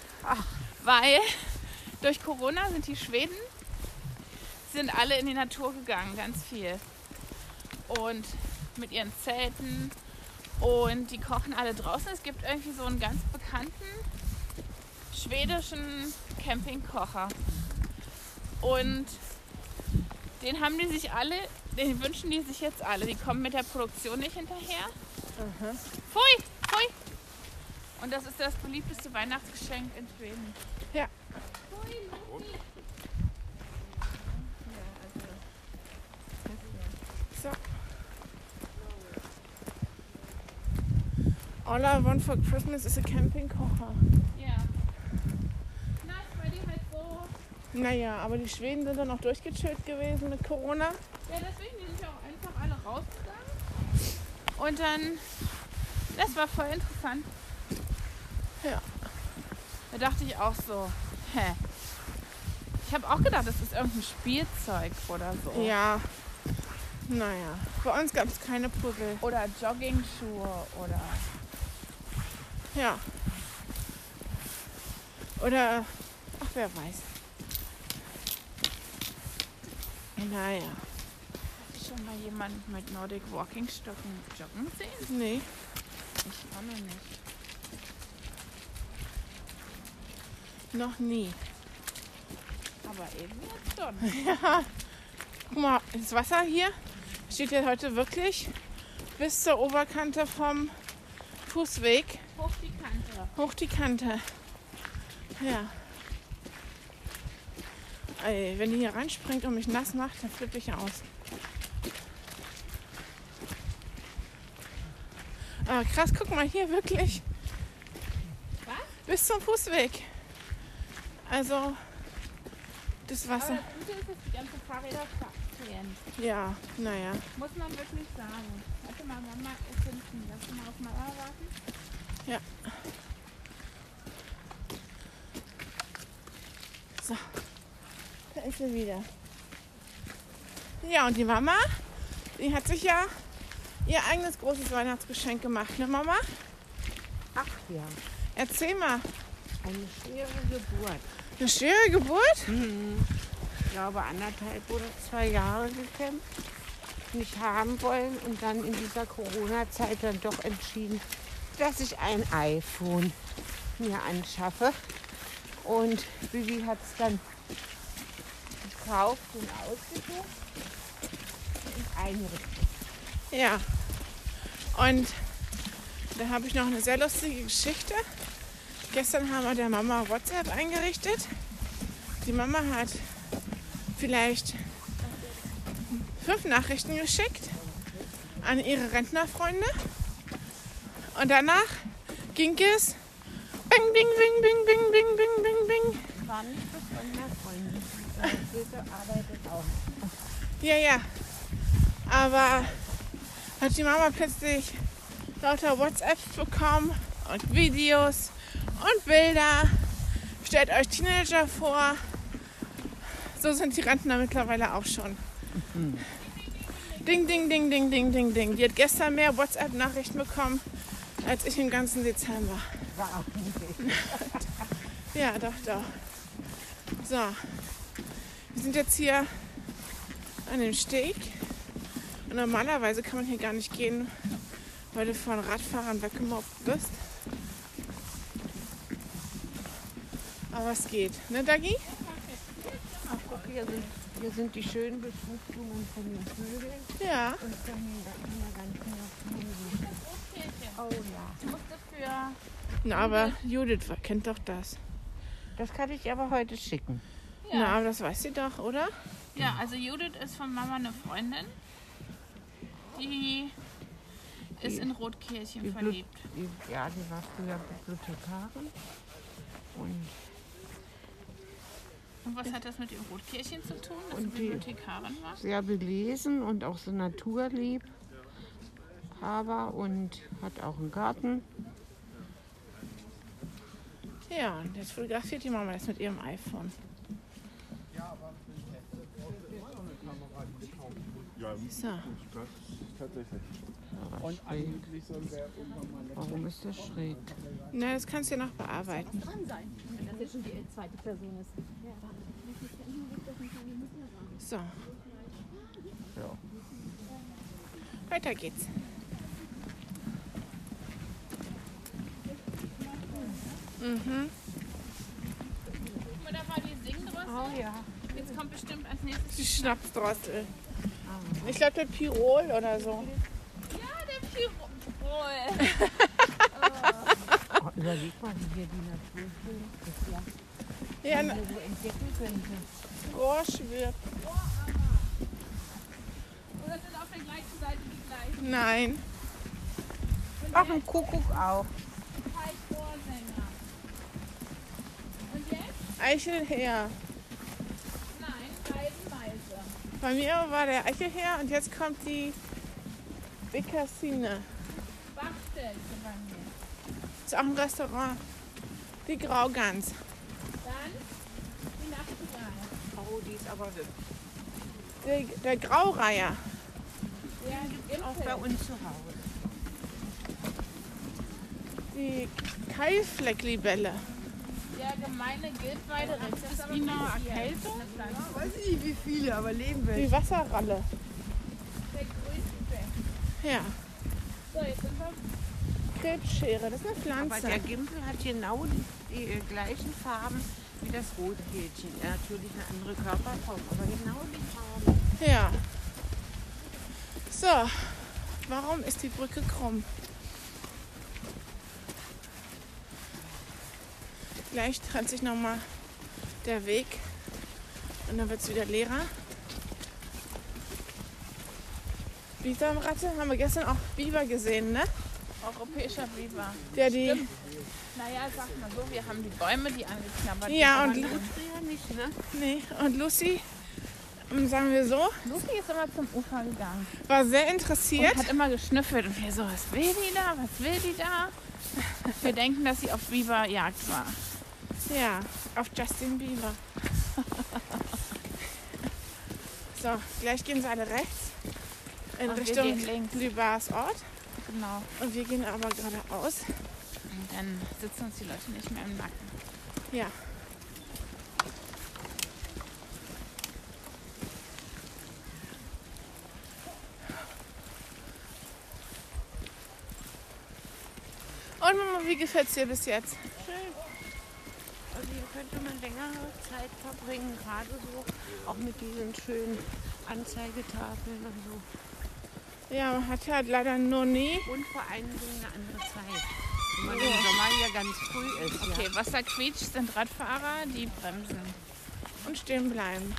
Speaker 2: Weil durch Corona sind die Schweden, sind alle in die Natur gegangen, ganz viel. Und mit ihren Zelten und die kochen alle draußen. Es gibt irgendwie so einen ganz bekannten schwedischen Campingkocher. Und den haben die sich alle, den wünschen die sich jetzt alle. Die kommen mit der Produktion nicht hinterher. Pfui, pfui. Und das ist das beliebteste Weihnachtsgeschenk in Schweden.
Speaker 1: Ja.
Speaker 2: Pfui, Lucy.
Speaker 1: All I want for Christmas is a camping kocher.
Speaker 2: Ja. Na, ich war die halt so.
Speaker 1: Naja, aber die Schweden sind dann auch durchgechillt gewesen mit Corona.
Speaker 2: Ja, deswegen die sind ja auch einfach alle rausgegangen. Und dann, das war voll interessant.
Speaker 1: Ja.
Speaker 2: Da dachte ich auch so, hä. Ich habe auch gedacht, das ist irgendein Spielzeug oder so.
Speaker 1: Ja. Naja, bei uns gab es keine Puzzle.
Speaker 2: Oder Joggingschuhe oder.
Speaker 1: Ja. Oder, ach, wer weiß. Naja,
Speaker 2: Hat schon mal jemand mit Nordic Walking Stöcken joggen sehen?
Speaker 1: nee.
Speaker 2: Ich auch noch nicht.
Speaker 1: Noch nie.
Speaker 2: Aber eben jetzt schon.
Speaker 1: Guck mal, das Wasser hier steht ja heute wirklich bis zur Oberkante vom Fußweg
Speaker 2: Hoch die Kante.
Speaker 1: hoch die Kante. Ja. Ey, wenn die hier reinspringt und mich nass macht, dann flippe ich aus. Ah, krass, guck mal hier wirklich.
Speaker 2: Was?
Speaker 1: Bis zum Fußweg. Also, das
Speaker 2: Aber
Speaker 1: Wasser.
Speaker 2: das Gute ist, dass die ganze Fahrräder stehen.
Speaker 1: Ja, naja.
Speaker 2: Muss man wirklich sagen. Warte mal, Mama ist hinten. Lass mal auf Mama warten.
Speaker 1: Ja. So, da ist sie wieder. Ja, und die Mama, die hat sich ja ihr eigenes großes Weihnachtsgeschenk gemacht, ne Mama?
Speaker 3: Ach ja,
Speaker 1: Erzähl mal,
Speaker 3: eine schwere Geburt.
Speaker 1: eine schwere Geburt?
Speaker 3: Ich glaube, anderthalb oder zwei Jahre gekämpft, nicht haben wollen und dann in dieser Corona-Zeit dann doch entschieden, dass ich ein iPhone mir anschaffe. Und Bibi hat es dann gekauft und ausgesucht und eingerichtet.
Speaker 1: Ja. Und da habe ich noch eine sehr lustige Geschichte. Gestern haben wir der Mama WhatsApp eingerichtet. Die Mama hat vielleicht fünf Nachrichten geschickt an ihre Rentnerfreunde. Und danach ging es bing, bing, bing, bing, bing, bing, bing, bing, bing.
Speaker 3: War nicht befreundet, Freunde. Bitte arbeitet auch.
Speaker 1: Ja, ja. Aber hat die Mama plötzlich lauter WhatsApp bekommen und Videos und Bilder. Stellt euch Teenager vor. So sind die Rentner mittlerweile auch schon. Ding, ding, ding, ding, ding, ding, ding. Die hat gestern mehr WhatsApp-Nachrichten bekommen, als ich im ganzen Dezember.
Speaker 3: War auch nicht
Speaker 1: Ja, doch, doch. So, wir sind jetzt hier an dem Steg. Und normalerweise kann man hier gar nicht gehen, weil du von Radfahrern weggemobbt wirst. Aber es geht, ne, Dagi?
Speaker 3: Ach, guck, hier sind, hier sind die schönen Befruchtungen von den Vögeln
Speaker 1: Ja.
Speaker 3: und von den von der ganzen Natur. Oh ja.
Speaker 2: Ich musste für
Speaker 1: Na, aber Judith kennt doch das.
Speaker 3: Das kann ich aber heute schicken.
Speaker 1: Na,
Speaker 2: Ja.
Speaker 1: aber das weiß sie doch, oder?
Speaker 2: Ja, also Judith ist von Mama eine Freundin. Die ist in Rotkirchen
Speaker 3: Die Blut-
Speaker 2: verliebt.
Speaker 3: Die, ja, die war früher Bibliothekarin. Und
Speaker 2: Und was hat das mit dem Rotkirchen zu tun, dass
Speaker 3: Und
Speaker 2: sie
Speaker 3: die-
Speaker 2: Bibliothekarin war?
Speaker 3: sehr belesen und auch so naturlieb. Aber und hat auch einen Garten.
Speaker 1: Ja, und jetzt fotografiert die Mama das mit ihrem iPhone. So.
Speaker 4: Tatsächlich.
Speaker 3: Aber schräg. Warum ist das schräg?
Speaker 1: Na, das kannst du ja noch bearbeiten.
Speaker 5: Dass jetzt schon die zweite Person ist.
Speaker 1: So. Weiter geht's. Mhm.
Speaker 2: Guck mal, da war die Singdrossel.
Speaker 3: ja.
Speaker 2: Jetzt kommt bestimmt als nächstes.
Speaker 1: Die Schnapsdrossel.
Speaker 5: Ah.
Speaker 1: Ich glaube, der Pirol oder so.
Speaker 2: Ja, der Pirol.
Speaker 3: Oh, überleg mal, wie hier die Natur
Speaker 1: Ja, ne,
Speaker 3: so entdecken könnte.
Speaker 1: Gorsch wird.
Speaker 2: Oder sind auf der gleichen Seite die gleichen.
Speaker 1: Nein.
Speaker 3: Ach, ein Kuckuck auch.
Speaker 2: Halt Vorsänger. Und jetzt?
Speaker 1: Eichelherr. Bei mir war der Eiche her und jetzt kommt die Bekassine.
Speaker 5: Bachtel bei mir.
Speaker 1: Ist auch ein Restaurant. Die Graugans.
Speaker 5: Dann die Nachtigall.
Speaker 3: Oh, die ist aber
Speaker 1: Der, der Graureiher.
Speaker 5: Ja,
Speaker 3: auch bei uns zu Hause.
Speaker 1: Die Keilflecklibelle.
Speaker 2: Der gemeine Gildweide rechts ist wie eine Erkältung.
Speaker 6: Weiß ich nicht wie viele, aber leben welche.
Speaker 1: Die Wasserralle. Ja.
Speaker 2: So, jetzt sind wir
Speaker 1: Krebsschere. Das ist eine
Speaker 3: Aber
Speaker 1: Pflanze.
Speaker 3: der Gimpel hat genau die, die äh, gleichen Farben wie das Rotkehlchen. Er hat natürlich eine andere Körperform, aber genau die Farben.
Speaker 1: Ja. So, warum ist die Brücke krumm? Gleich trennt sich nochmal der Weg und dann wird es wieder leerer. Bisamratte haben wir gestern auch Biber gesehen, ne?
Speaker 2: europäischer Biber.
Speaker 1: Der die.
Speaker 2: Stimmt. Naja, sag mal so, wir haben die Bäume, die angeknabbert
Speaker 1: Ja, und
Speaker 2: sind.
Speaker 1: Lu-
Speaker 3: Früher nicht, ne?
Speaker 1: nee, und Lucy, ähm, sagen wir so,
Speaker 2: Lucy ist immer zum Ufer gegangen.
Speaker 1: war sehr interessiert.
Speaker 2: Und hat immer geschnüffelt und wir so, was will die da, was will die da? Wir denken, dass sie auf Biberjagd war.
Speaker 1: Ja, auf Justin Bieber. so, gleich gehen sie alle rechts in
Speaker 2: Und wir
Speaker 1: Richtung
Speaker 2: gehen links.
Speaker 1: Lübars Ort
Speaker 2: Genau.
Speaker 1: und wir gehen aber geradeaus.
Speaker 2: Und dann sitzen uns die Leute nicht mehr im Nacken.
Speaker 1: Ja. Und Mama, wie gefällt's dir bis jetzt?
Speaker 3: Schön. Also hier könnte man längere Zeit verbringen, gerade so, auch mit diesen schönen Anzeigetafeln und so.
Speaker 1: Ja, man hat halt leider nur nie
Speaker 3: Und vor allen Dingen eine andere Zeit. Wenn man im Sommer ja ganz früh ist. Ja.
Speaker 2: Okay, was da quietscht, sind Radfahrer, die bremsen.
Speaker 1: und stehen bleiben.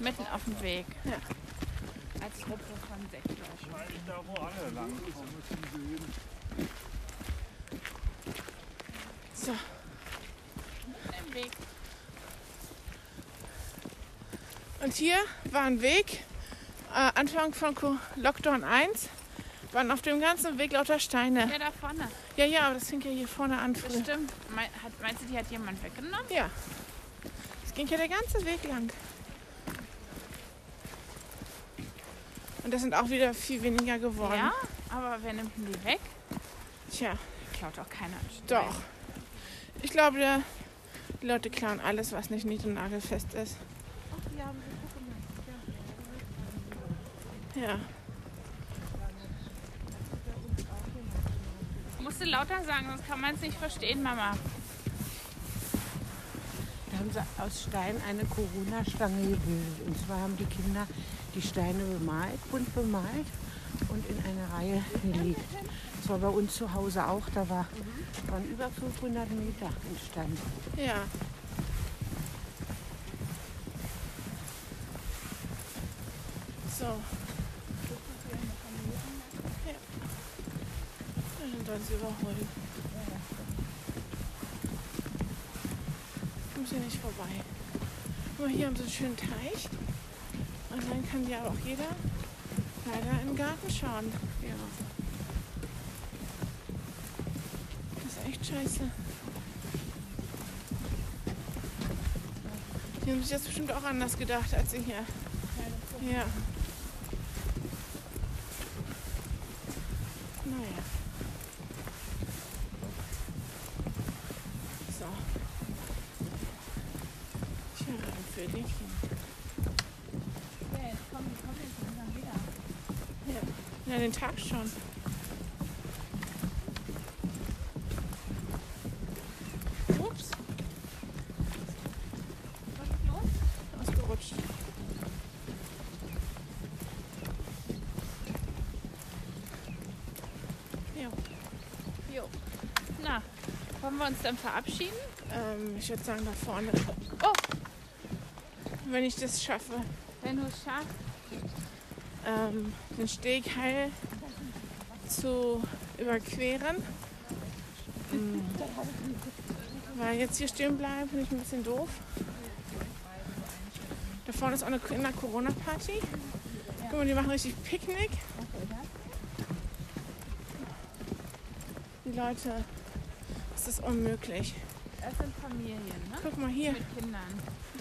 Speaker 2: Mitten auf dem Weg.
Speaker 1: Ja.
Speaker 2: Als Gruppe von sechs Leuten.
Speaker 1: So.
Speaker 2: Mitten im Weg.
Speaker 1: Und hier war ein Weg, äh, Anfang von Co- Lockdown 1, waren auf dem ganzen Weg lauter Steine.
Speaker 2: Ja, da vorne.
Speaker 1: Ja, ja, aber das fing ja hier vorne an
Speaker 2: Das
Speaker 1: früher.
Speaker 2: stimmt. Mei- hat, meinst du, die hat jemand weggenommen?
Speaker 1: Ja. Es ging ja der ganze Weg lang. Und das sind auch wieder viel weniger geworden.
Speaker 2: Ja, aber wer nimmt denn die weg?
Speaker 1: Tja,
Speaker 2: Klaut auch keiner. einen Stein.
Speaker 1: doch. Ich glaube, der- die Leute klauen alles, was nicht nied- und nagelfest ist. Ja.
Speaker 2: Musst du lauter sagen, sonst kann man es nicht verstehen, Mama.
Speaker 3: Da haben sie aus Stein eine Corona-Stange gebildet. Und zwar haben die Kinder die Steine bemalt, bunt bemalt und in eine Reihe gelegt. Das war bei uns zu Hause auch. Da war, waren über 500 Meter ein Stand.
Speaker 1: Ja. So. Ja. Wir sind uns überholt. Kommt hier nicht vorbei. Guck mal, hier haben sie einen schönen Teich. Und dann kann ja auch jeder leider in den Garten schauen. Ja. Das ist echt scheiße. Die haben sich das bestimmt auch anders gedacht als ich hier. Ja. Naja. So. Ich höre ein Vögelchen.
Speaker 2: Ja, jetzt kommen die kommen jetzt langsam wieder.
Speaker 1: Ja, den Tag schon. Ups,
Speaker 2: Was ist los?
Speaker 1: ausgerutscht.
Speaker 2: Na, wollen wir uns dann verabschieden?
Speaker 1: Ähm, ich würde sagen, da vorne.
Speaker 2: Oh.
Speaker 1: Wenn ich das schaffe,
Speaker 2: Wenn du es schaffst.
Speaker 1: ähm, den Steg heil zu überqueren. Mm. Weil jetzt hier stehen bleiben, finde ich ein bisschen doof. Da vorne ist auch eine Kinder Corona-Party. Guck mal, die machen richtig Picknick. Die Leute, es ist unmöglich.
Speaker 2: Das sind Familien, ne?
Speaker 1: Guck mal hier,
Speaker 2: Mit Kindern,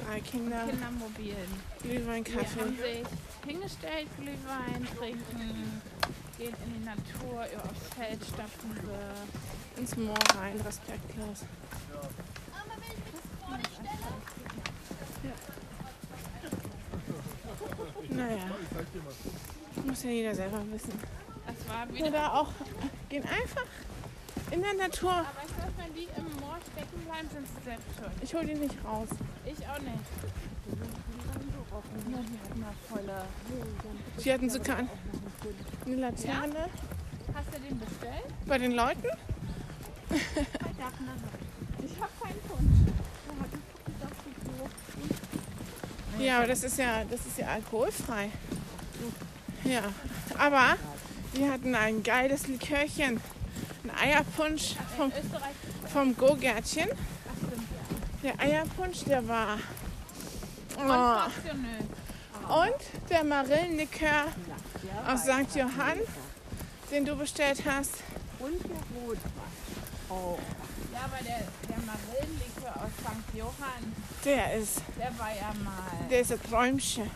Speaker 1: drei Kinder,
Speaker 2: Kindermobilen.
Speaker 1: Glühwein,
Speaker 2: Die haben
Speaker 1: Kaffee.
Speaker 2: sich hingestellt, Glühwein trinken, gehen in die Natur, über aufs Feld stapfen sie.
Speaker 1: Ins Moor rein, respektlos. Ja. Naja, muss ja jeder selber wissen.
Speaker 2: Das war
Speaker 1: Ja,
Speaker 2: wieder.
Speaker 1: da auch gehen einfach in der Natur.
Speaker 2: Aber ich glaube, wenn die im Moor stecken bleiben, sind sie selbst schuld.
Speaker 1: Ich hole die nicht raus.
Speaker 2: Ich auch nicht. Na, die hatten mal volle.
Speaker 1: Die hatten sogar an- eine Laterne
Speaker 2: Hast du den bestellt?
Speaker 1: bei den Leuten.
Speaker 2: Ich habe keinen Punsch.
Speaker 1: Ja, aber das ist ja, das ist ja alkoholfrei. Ja, aber die hatten ein geiles Likörchen. Ein Eierpunsch vom,
Speaker 2: Österreich
Speaker 1: vom Go-Gärtchen. Der Eierpunsch, der war. Oh.
Speaker 2: konfektionell.
Speaker 1: Und der Marillenlikör aus St. Johann, den du bestellt hast.
Speaker 2: Ja, aber der, der Marillenlikör aus St. Johann,
Speaker 1: Der ist,
Speaker 2: der war ja mal.
Speaker 1: der ist ein Träumchen.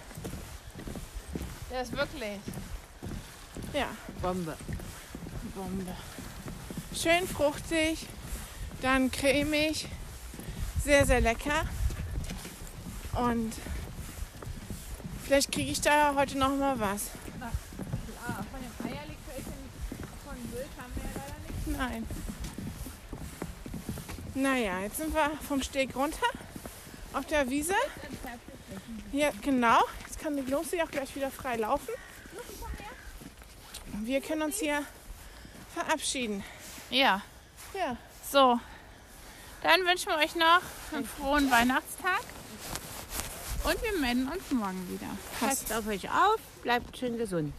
Speaker 2: der ist wirklich.
Speaker 1: Ja.
Speaker 3: Bombe.
Speaker 1: Bombe. Schön fruchtig, dann cremig, sehr, sehr lecker. Und vielleicht kriege ich da ja heute noch mal was.
Speaker 2: Ah, von dem Eierlikörchen von Wild haben wir ja leider nicht.
Speaker 1: Nein. Naja, jetzt sind wir vom Steg runter auf der Wiese. Ja, genau. Jetzt kann die Glossy auch gleich wieder frei laufen. Und Wir können uns hier verabschieden.
Speaker 2: Ja,
Speaker 1: Ja,
Speaker 2: so. Dann wünschen wir euch noch einen frohen Weihnachtstag. Und wir melden uns morgen wieder.
Speaker 3: Passt auf euch auf, bleibt schön gesund.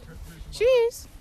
Speaker 1: tschüss.